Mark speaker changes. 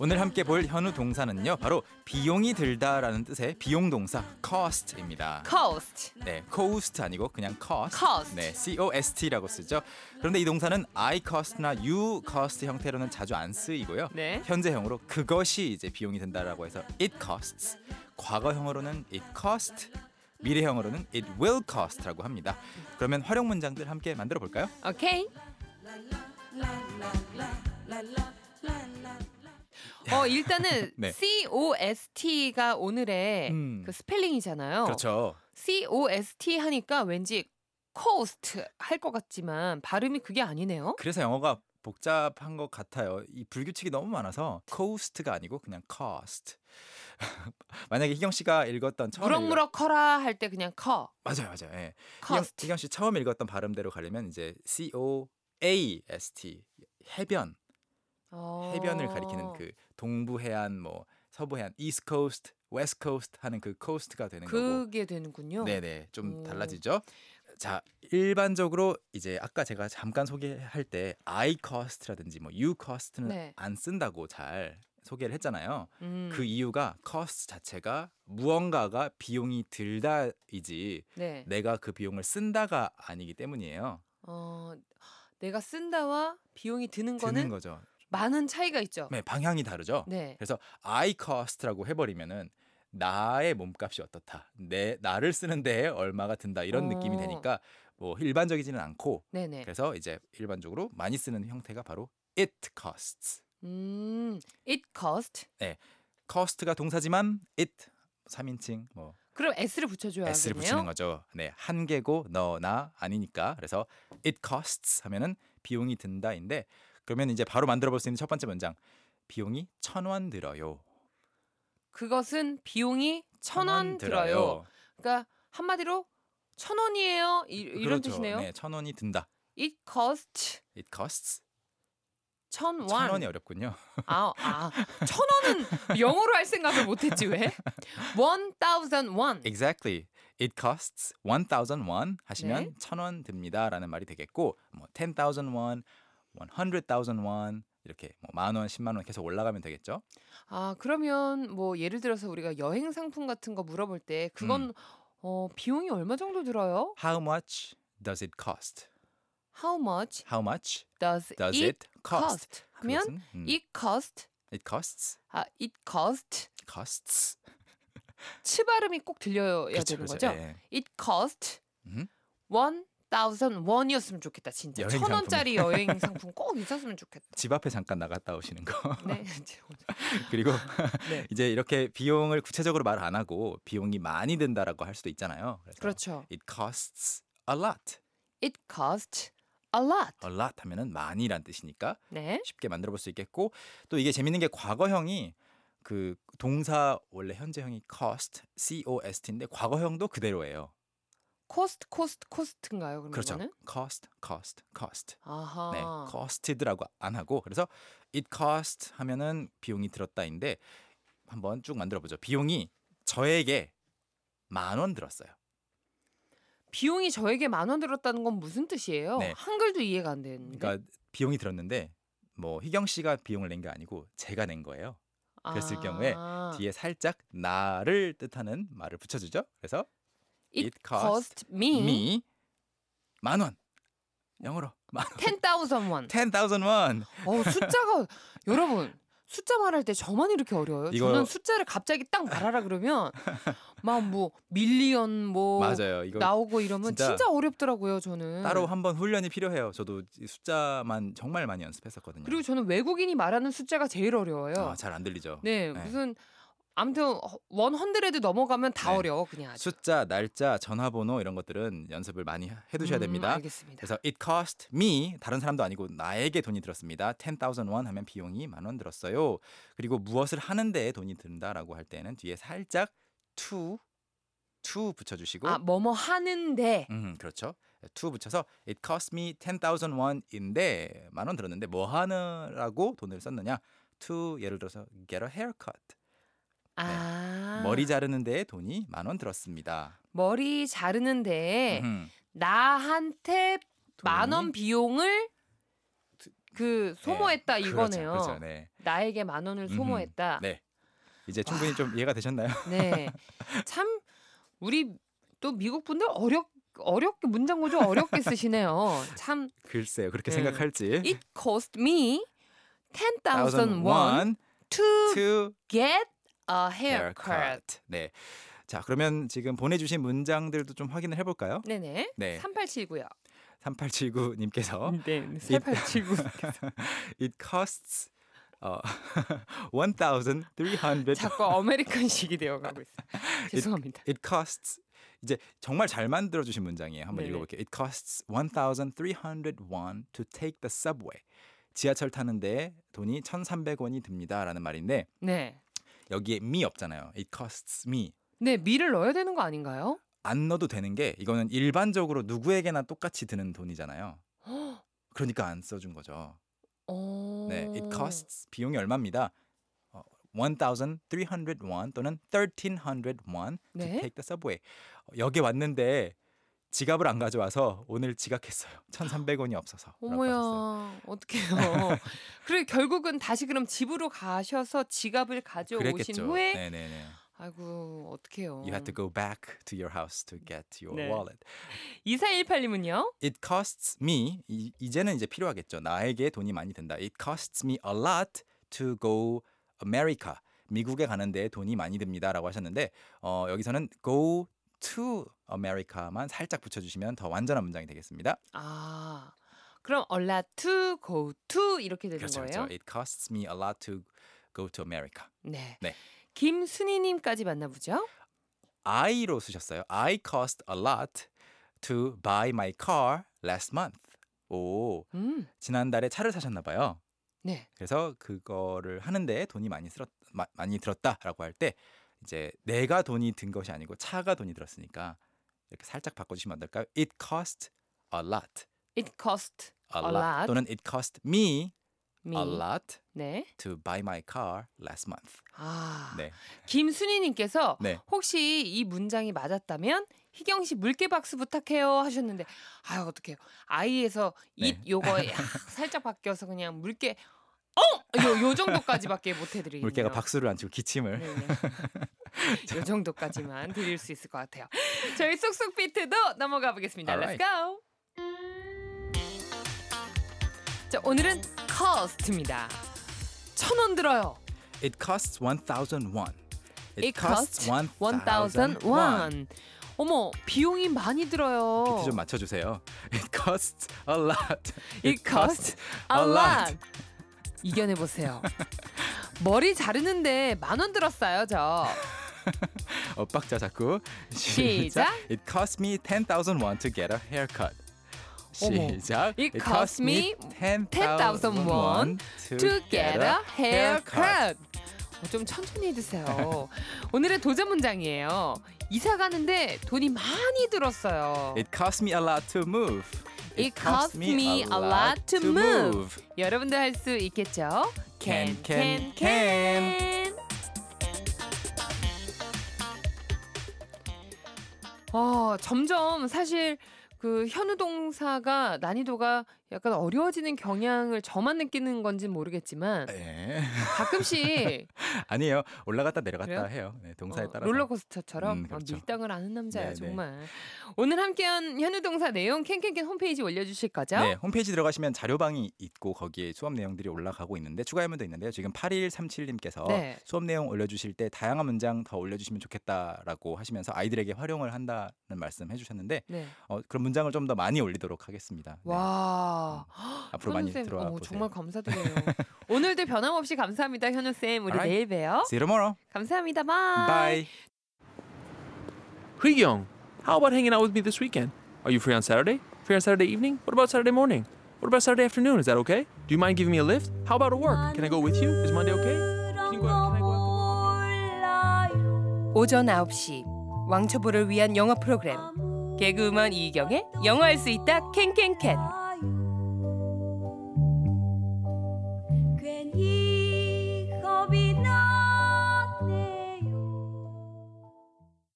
Speaker 1: 오늘 함께 볼 현우 동사는요 바로 비용이 들다라는 뜻의 비용 동사 cost입니다.
Speaker 2: cost.
Speaker 1: 네, cost 아니고 그냥 cost.
Speaker 2: cost.
Speaker 1: 네, cost라고 쓰죠. 그런데 이 동사는 I cost나 you cost 형태로는 자주 안 쓰이고요.
Speaker 2: 네.
Speaker 1: 현재형으로 그것이 이제 비용이 든다라고 해서 it costs. 과거형으로는 it cost. 미래형으로는 it will cost라고 합니다. 그러면 활용 문장들 함께 만들어 볼까요?
Speaker 2: 오케이. 어 일단은
Speaker 1: 네.
Speaker 2: COST가 오늘의
Speaker 1: 음.
Speaker 2: 그 스펠링이잖아요.
Speaker 1: 그렇죠.
Speaker 2: COST 하니까 왠지 cost 할 것 같지만 발음이 그게 아니네요.
Speaker 1: 그래서 영어가 복잡한 것 같아요. 이 불규칙이 너무 많아서 cost가 아니고 그냥 cost. 만약에 희경 씨가 읽었던 처음 읽...
Speaker 2: 무럭무럭 커라 할 때 그냥 커.
Speaker 1: 맞아요, 맞아요. 예. 희경,
Speaker 2: cost.
Speaker 1: 희경 씨 처음 읽었던 발음대로 가려면 이제 C O A S T 해변
Speaker 2: 어.
Speaker 1: 해변을 가리키는 그 동부 해안 뭐 서부 해안 East Coast, West Coast 하는 그 coast가 되는 거고.
Speaker 2: 그게 되는군요.
Speaker 1: 네네 좀
Speaker 2: 오.
Speaker 1: 달라지죠. 자 일반적으로 이제 아까 제가 잠깐 소개할 때 I cost라든지 뭐 you cost는
Speaker 2: 네.
Speaker 1: 안 쓴다고 잘 소개를 했잖아요.
Speaker 2: 음,
Speaker 1: 그 이유가 cost 자체가 무언가가 비용이 들다이지
Speaker 2: 네.
Speaker 1: 내가 그 비용을 쓴다가 아니기 때문이에요.
Speaker 2: 어, 내가 쓴다와 비용이 드는 거는
Speaker 1: 드는 거죠.
Speaker 2: 많은 차이가 있죠.
Speaker 1: 네 방향이 다르죠.
Speaker 2: 네.
Speaker 1: 그래서 I cost라고 해버리면은 나의 몸값이 어떻다, 내 나를 쓰는데 얼마가 든다 이런 느낌이
Speaker 2: 어.
Speaker 1: 되니까 뭐 일반적이지는 않고
Speaker 2: 네네.
Speaker 1: 그래서 이제 일반적으로 많이 쓰는 형태가 바로 it costs.
Speaker 2: 음, it cost.
Speaker 1: cost가 동사지만 it 3인칭 뭐
Speaker 2: 그럼 s를 붙여줘야
Speaker 1: s를 붙이는 거죠. 네, 한 개고 너나 아니니까. 그래서 it costs 하면은 비용이 든다인데 그러면 이제 바로 만들어 볼 수 있는 첫 번째 문장. 비용이 천 원 들어요.
Speaker 2: 그것은 비용이 천 원 들어요. 그러니까 한마디로 천 원이에요. 이, 이런
Speaker 1: 그렇죠.
Speaker 2: 뜻이네요.
Speaker 1: 네, 천 원이 든다.
Speaker 2: It cost
Speaker 1: It costs
Speaker 2: 천 원.
Speaker 1: 천 원이 어렵군요.
Speaker 2: 아, 아, 천 원은 영어로 할 생각을 못했지 왜? One thousand one.
Speaker 1: Exactly. It costs 1,000 won 하시면
Speaker 2: 네.
Speaker 1: 1,000원 듭니다라는 말이 되겠고 뭐 10,000 won, 100,000 won 이렇게 뭐만 원, 10만 원 계속 올라가면 되겠죠.
Speaker 2: 아, 그러면 뭐 예를 들어서 우리가 여행 상품 같은 거 물어볼 때
Speaker 1: 음.
Speaker 2: 그건 어, 비용이 얼마 정도 들어요?
Speaker 1: How much does it cost?
Speaker 2: How much
Speaker 1: How much
Speaker 2: does,
Speaker 1: does
Speaker 2: it
Speaker 1: it cost?
Speaker 2: 하면
Speaker 1: 그것은, 음,
Speaker 2: it cost
Speaker 1: it costs
Speaker 2: 아, it cost
Speaker 1: costs
Speaker 2: 치 발음이 꼭 들려야
Speaker 1: 그렇죠,
Speaker 2: 되는
Speaker 1: 그렇죠.
Speaker 2: 거죠.
Speaker 1: 예.
Speaker 2: It cost
Speaker 1: 음.
Speaker 2: one thousand 원이었으면 좋겠다. 진짜
Speaker 1: 여행
Speaker 2: 천
Speaker 1: 상품.
Speaker 2: 원짜리 여행 상품 꼭 있었으면 좋겠다.
Speaker 1: 집 앞에 잠깐 나갔다 오시는 거.
Speaker 2: 네.
Speaker 1: 그리고
Speaker 2: 네.
Speaker 1: 이제 이렇게 비용을 구체적으로 말 안 하고 비용이 많이 든다라고 할 수도 있잖아요. 그래서
Speaker 2: 그렇죠.
Speaker 1: It costs a lot.
Speaker 2: It cost a lot.
Speaker 1: a lot 하면은 많이란 뜻이니까
Speaker 2: 네.
Speaker 1: 쉽게 만들어 볼 수 있겠고 또 이게 재밌는 게 과거형이 그 동사 원래 현재형이 cost, cost인데 과거형도 그대로예요.
Speaker 2: cost cost cost인가요? 그러면
Speaker 1: 그렇죠.
Speaker 2: 음, 이거는?
Speaker 1: cost, cost, cost.
Speaker 2: 아하.
Speaker 1: 네, costed라고 안 하고 그래서 it cost 하면은 비용이 들었다인데 한번 쭉 만들어 보죠. 비용이 저에게 만 원 들었어요.
Speaker 2: 비용이 저에게 만 원 들었다는 건 무슨 뜻이에요?
Speaker 1: 네.
Speaker 2: 한글도 이해가 안 되는데.
Speaker 1: 그러니까 비용이 들었는데 뭐 희경 씨가 비용을 낸 게 아니고 제가 낸 거예요. 그랬을 경우에
Speaker 2: 아.
Speaker 1: 뒤에 살짝 나를 뜻하는 말을 붙여주죠. 그래서
Speaker 2: it,
Speaker 1: it cost
Speaker 2: cost me,
Speaker 1: me 만 원. 영어로 만 원.
Speaker 2: 10,000 원.
Speaker 1: 10,000 원.
Speaker 2: 어, 숫자가 여러분 숫자 말할 때 저만 이렇게 어려워요.
Speaker 1: 이거-
Speaker 2: 저는 숫자를 갑자기 딱 말하라 그러면 막 뭐 밀리언 뭐
Speaker 1: 맞아요. 이거
Speaker 2: 나오고 음. 이러면
Speaker 1: 진짜
Speaker 2: 진짜, 어렵더라고요. 저는
Speaker 1: 따로 한번 훈련이 필요해요. 저도 이 숫자만 정말 많이 연습했었거든요. 아,
Speaker 2: 그리고 저는 외국인이 말하는 숫자가 제일 어려워요.
Speaker 1: 잘 안 들리죠.
Speaker 2: 네,
Speaker 1: 네.
Speaker 2: 무슨 아무튼 원 헌드레드 넘어가면 다
Speaker 1: 네.
Speaker 2: 어려워 그냥. 아주.
Speaker 1: 숫자, 날짜, 전화번호 이런 것들은 연습을 많이 해
Speaker 2: 음,
Speaker 1: 두셔야 됩니다.
Speaker 2: 알겠습니다.
Speaker 1: 그래서 it cost me 다른 사람도 아니고 나에게 돈이 들었습니다. 10,000 원 하면 비용이 만 원 들었어요. 그리고 무엇을 하는데 돈이 든다라고 할 때는 뒤에 살짝 to to 붙여 주시고
Speaker 2: 아 뭐뭐 하는데
Speaker 1: 음, 그렇죠. to 붙여서 it cost me 10,000 원인데 만 원 들었는데 뭐 하느라고 돈을 썼느냐? to 예를 들어서 get a haircut.
Speaker 2: 아
Speaker 1: 머리 자르는 데에 돈이 만 원 들었습니다.
Speaker 2: 머리 자르는데
Speaker 1: 음,
Speaker 2: 나한테 만 원
Speaker 1: 돈이-
Speaker 2: 비용을 그 소모했다
Speaker 1: 네,
Speaker 2: 이거네요.
Speaker 1: 그렇죠, 그렇죠, 네.
Speaker 2: 나에게 만 원을
Speaker 1: 음흠.
Speaker 2: 소모했다.
Speaker 1: 네. 이제 충분히 좀 이해가 되셨나요?
Speaker 2: 네. 참 우리 또 미국 분들 어렵 어렵게 문장 구조 어렵게 쓰시네요. 참 이
Speaker 1: 글쎄요. 그렇게
Speaker 2: 네.
Speaker 1: 생각할지.
Speaker 2: cost me 10,000 won to
Speaker 1: to
Speaker 2: get a haircut.
Speaker 1: haircut. 네. 자, 그러면 지금 보내 주신 문장들도 좀 확인을 해 볼까요?
Speaker 2: 네네.
Speaker 1: 네. 어?
Speaker 2: 3879요.
Speaker 1: 3879 님께서
Speaker 2: 네. 3879.
Speaker 1: it costs 어, 1,300
Speaker 2: 자꾸 아메리칸식이 되어가고 있어요. 죄송합니다.
Speaker 1: It costs 이제 정말 잘 만들어 주신 문장이에요. 한번
Speaker 2: 네네.
Speaker 1: 읽어볼게요. It costs 1,301 to take the subway. 지하철 타는데 돈이 1,300원이 듭니다라는 말인데
Speaker 2: 네.
Speaker 1: 여기에 me 없잖아요. It costs me.
Speaker 2: 네, 미를 넣어야 되는 거 아닌가요?
Speaker 1: 안 넣어도 되는 게 이거는 일반적으로 누구에게나 똑같이 드는 돈이잖아요.
Speaker 2: 헉,
Speaker 1: 그러니까 안 써준 거죠.
Speaker 2: 어.
Speaker 1: 네, it costs 비용이 얼마입니다. 어, 1,301 또는 1,301
Speaker 2: 네.
Speaker 1: to take the subway. 어, 여기 왔는데 지갑을 안 가져와서 오늘 지각했어요. 1,300원이 없어서. 라고 하셨어요.
Speaker 2: 어머야, 어떡해요. 그래 결국은 다시 그럼 집으로 가셔서 지갑을 가져오신
Speaker 1: 그랬겠죠.
Speaker 2: 후에
Speaker 1: 네네네.
Speaker 2: 아이고, 어떡해요.
Speaker 1: You had to go back to your house to get your
Speaker 2: 네.
Speaker 1: wallet.
Speaker 2: 2418님은요?
Speaker 1: It costs me 이, 이제는 이제 필요하겠죠. 나에게 돈이 많이 든다. It costs me a lot to go America. 미국에 가는데 돈이 많이 듭니다라고 하셨는데 어, 여기서는 go to America만 살짝 붙여주시면 더 완전한 문장이 되겠습니다.
Speaker 2: 아. 그럼 얼라 투 go to 이렇게 되는
Speaker 1: 그렇죠,
Speaker 2: 거예요?
Speaker 1: 그렇죠. It costs me a lot to go to America.
Speaker 2: 네.
Speaker 1: 네.
Speaker 2: 김순희 님까지 만나 보죠.
Speaker 1: I로 쓰셨어요. I cost a lot to buy my car last month. 오
Speaker 2: 음.
Speaker 1: 지난달에 차를 사셨나 봐요.
Speaker 2: 네.
Speaker 1: 그래서 그거를 하는데 돈이 많이 쓸었 마- 많이 들었다라고 할 때 이제 내가 돈이 든 것이 아니고 차가 돈이 들었으니까 이렇게 살짝 바꿔주시면 안 될까요? It cost a lot,
Speaker 2: It cost
Speaker 1: a,
Speaker 2: A
Speaker 1: lot.
Speaker 2: lot.
Speaker 1: 또는 it cost me,
Speaker 2: me.
Speaker 1: a lot
Speaker 2: 네.
Speaker 1: to buy my car last month.
Speaker 2: 아.
Speaker 1: 네,
Speaker 2: 김순희 님께서
Speaker 1: 네.
Speaker 2: 혹시 이 문장이 맞았다면 희경 씨 물개 박수 부탁해요 하셨는데 아유 어떡해요. 아이에서 이
Speaker 1: 네.
Speaker 2: 요거에 살짝 바뀌어서 그냥 물개 어! 요, 요 정도까지밖에 못 해드리겠네요.
Speaker 1: 물개가 박수를 안 치고
Speaker 2: 네,
Speaker 1: 기침을.
Speaker 2: 네. 요 정도까지만 드릴 수 있을 것 같아요. 저희 쏙쏙 비트도 넘어가 보겠습니다.
Speaker 1: Alright.
Speaker 2: Let's go. 자, 오늘은 cost입니다. 천 원 들어요.
Speaker 1: It costs one thousand one.
Speaker 2: It costs
Speaker 1: 1,001.
Speaker 2: 1,001. 어머, 비용이 많이 들어요.
Speaker 1: 비트 좀 맞춰주세요. It costs a lot.
Speaker 2: It costs a lot. 이겨내 보세요. 머리 자르는데 만 원 들었어요, 저.
Speaker 1: 어, 엇박자 자꾸
Speaker 2: 시작.
Speaker 1: It cost me 10,000 won to get a haircut.
Speaker 2: 어머.
Speaker 1: 시작.
Speaker 2: It cost me 10,000 won To get a haircut. 어, 좀 천천히 해주세요. 오늘의 도전 문장이에요. 이사 가는데 돈이 많이 들었어요.
Speaker 1: It cost me a lot to move.
Speaker 2: It cost me a lot to move. 여러분도 할 수 있겠죠?
Speaker 1: Can, can,
Speaker 2: can. 어, 점점 사실 그 현우 동사가 난이도가 약간 어려워지는 경향을 저만 느끼는 건지 모르겠지만
Speaker 1: 네.
Speaker 2: 가끔씩
Speaker 1: 아니에요. 올라갔다 내려갔다
Speaker 2: 그래요?
Speaker 1: 해요. 네, 동사에
Speaker 2: 어,
Speaker 1: 따라서.
Speaker 2: 롤러코스터처럼
Speaker 1: 음,
Speaker 2: 아,
Speaker 1: 그렇죠.
Speaker 2: 밀당을 아는 남자야
Speaker 1: 네, 네.
Speaker 2: 정말. 오늘 함께한 현우 동사 내용 캔캔캔 홈페이지 올려주실 거죠?
Speaker 1: 네, 홈페이지 들어가시면 자료방이 있고 거기에 수업 내용들이 올라가고 있는데 추가 화면도 있는데요. 지금 8137님께서
Speaker 2: 네.
Speaker 1: 수업 내용 올려주실 때 다양한 문장 더 올려주시면 좋겠다라고 하시면서 아이들에게 활용을 한다는 말씀 해주셨는데
Speaker 2: 네.
Speaker 1: 어, 그런 문장을 좀 더 많이 올리도록 하겠습니다. 네.
Speaker 2: 와.
Speaker 1: 앞으로 많이
Speaker 2: 현우쌤,
Speaker 1: 들어와
Speaker 2: 어머,
Speaker 1: 보세요.
Speaker 2: 정말 감사드려요. 오늘도 변함없이 감사합니다, 현우 쌤. 우리
Speaker 1: Alright.
Speaker 2: 내일 봬요.
Speaker 1: See you tomorrow.
Speaker 2: 감사합니다. 바이.
Speaker 1: Bye.
Speaker 3: Young, how about hanging out with me this weekend? Are you free on Saturday? Free on Saturday evening? What about Saturday morning? What about Saturday afternoon? Is that okay? Do you mind giving me a lift? How about at work? Can I go with you? Is Monday okay? Can you go, can I go after work?
Speaker 4: 오전 9시 왕초보를 위한 영어 프로그램 개그우먼 이경의 영어할 수 있다 캔캔캔